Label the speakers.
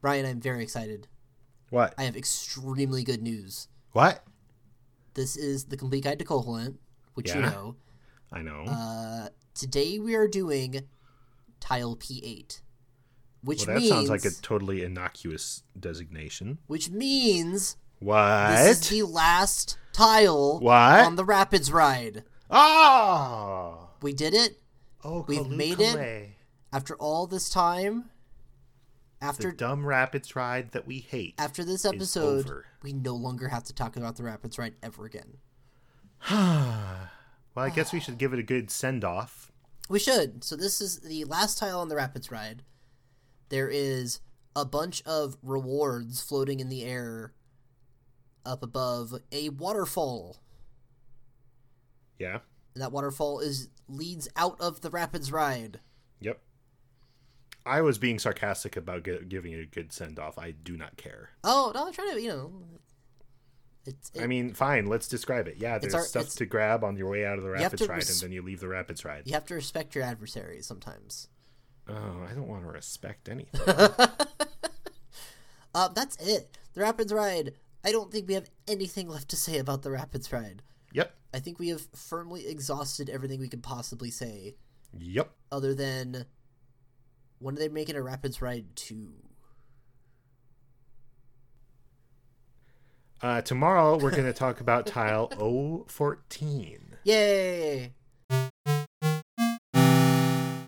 Speaker 1: Brian, I'm very excited.
Speaker 2: What?
Speaker 1: I have extremely good news.
Speaker 2: What?
Speaker 1: This is the complete guide to Koholint, which you
Speaker 2: Yeah.
Speaker 1: know.
Speaker 2: I know.
Speaker 1: Uh, today we are doing tile P8, which
Speaker 2: well, that
Speaker 1: means
Speaker 2: sounds like a totally innocuous designation.
Speaker 1: which means this is
Speaker 2: What?
Speaker 1: the last tile
Speaker 2: What?
Speaker 1: on the Rapids ride.
Speaker 2: Oh!
Speaker 1: We did it
Speaker 2: Oh,
Speaker 1: We've made it.
Speaker 2: Kalukale,
Speaker 1: after all this time.
Speaker 2: The
Speaker 1: After
Speaker 2: dumb rapids ride that we hate.
Speaker 1: after this episode,
Speaker 2: over.
Speaker 1: we no longer have to talk about the Rapids ride ever again.
Speaker 2: Well, I guess we should give it a good send off.
Speaker 1: We should. So this is the last tile on the Rapids ride. There is a bunch of rewards floating in the air up above a waterfall.
Speaker 2: Yeah.
Speaker 1: And that waterfall is leads out of the Rapids ride.
Speaker 2: Yep. I was being sarcastic about gi- giving it a good send off. I do not care.
Speaker 1: Oh, no, I'm trying to, you know, it's it,
Speaker 2: I mean, fine. Let's describe it. Yeah, there's
Speaker 1: our-
Speaker 2: stuff
Speaker 1: it's-
Speaker 2: to grab on your way out of the
Speaker 1: have
Speaker 2: rapids
Speaker 1: to
Speaker 2: ride,
Speaker 1: res-
Speaker 2: and then you leave the rapids ride.
Speaker 1: you have to respect your adversary sometimes.
Speaker 2: Oh, I don't want to respect anything.
Speaker 1: Uh, that's it. The Rapids ride. I don't think we have anything left to say about the Rapids ride.
Speaker 2: yep.
Speaker 1: I think we have firmly exhausted everything we could possibly say.
Speaker 2: Yep.
Speaker 1: other than when are they making a Rapids Ride 2?
Speaker 2: Uh, tomorrow we're going to talk about tile 014.
Speaker 1: Yay!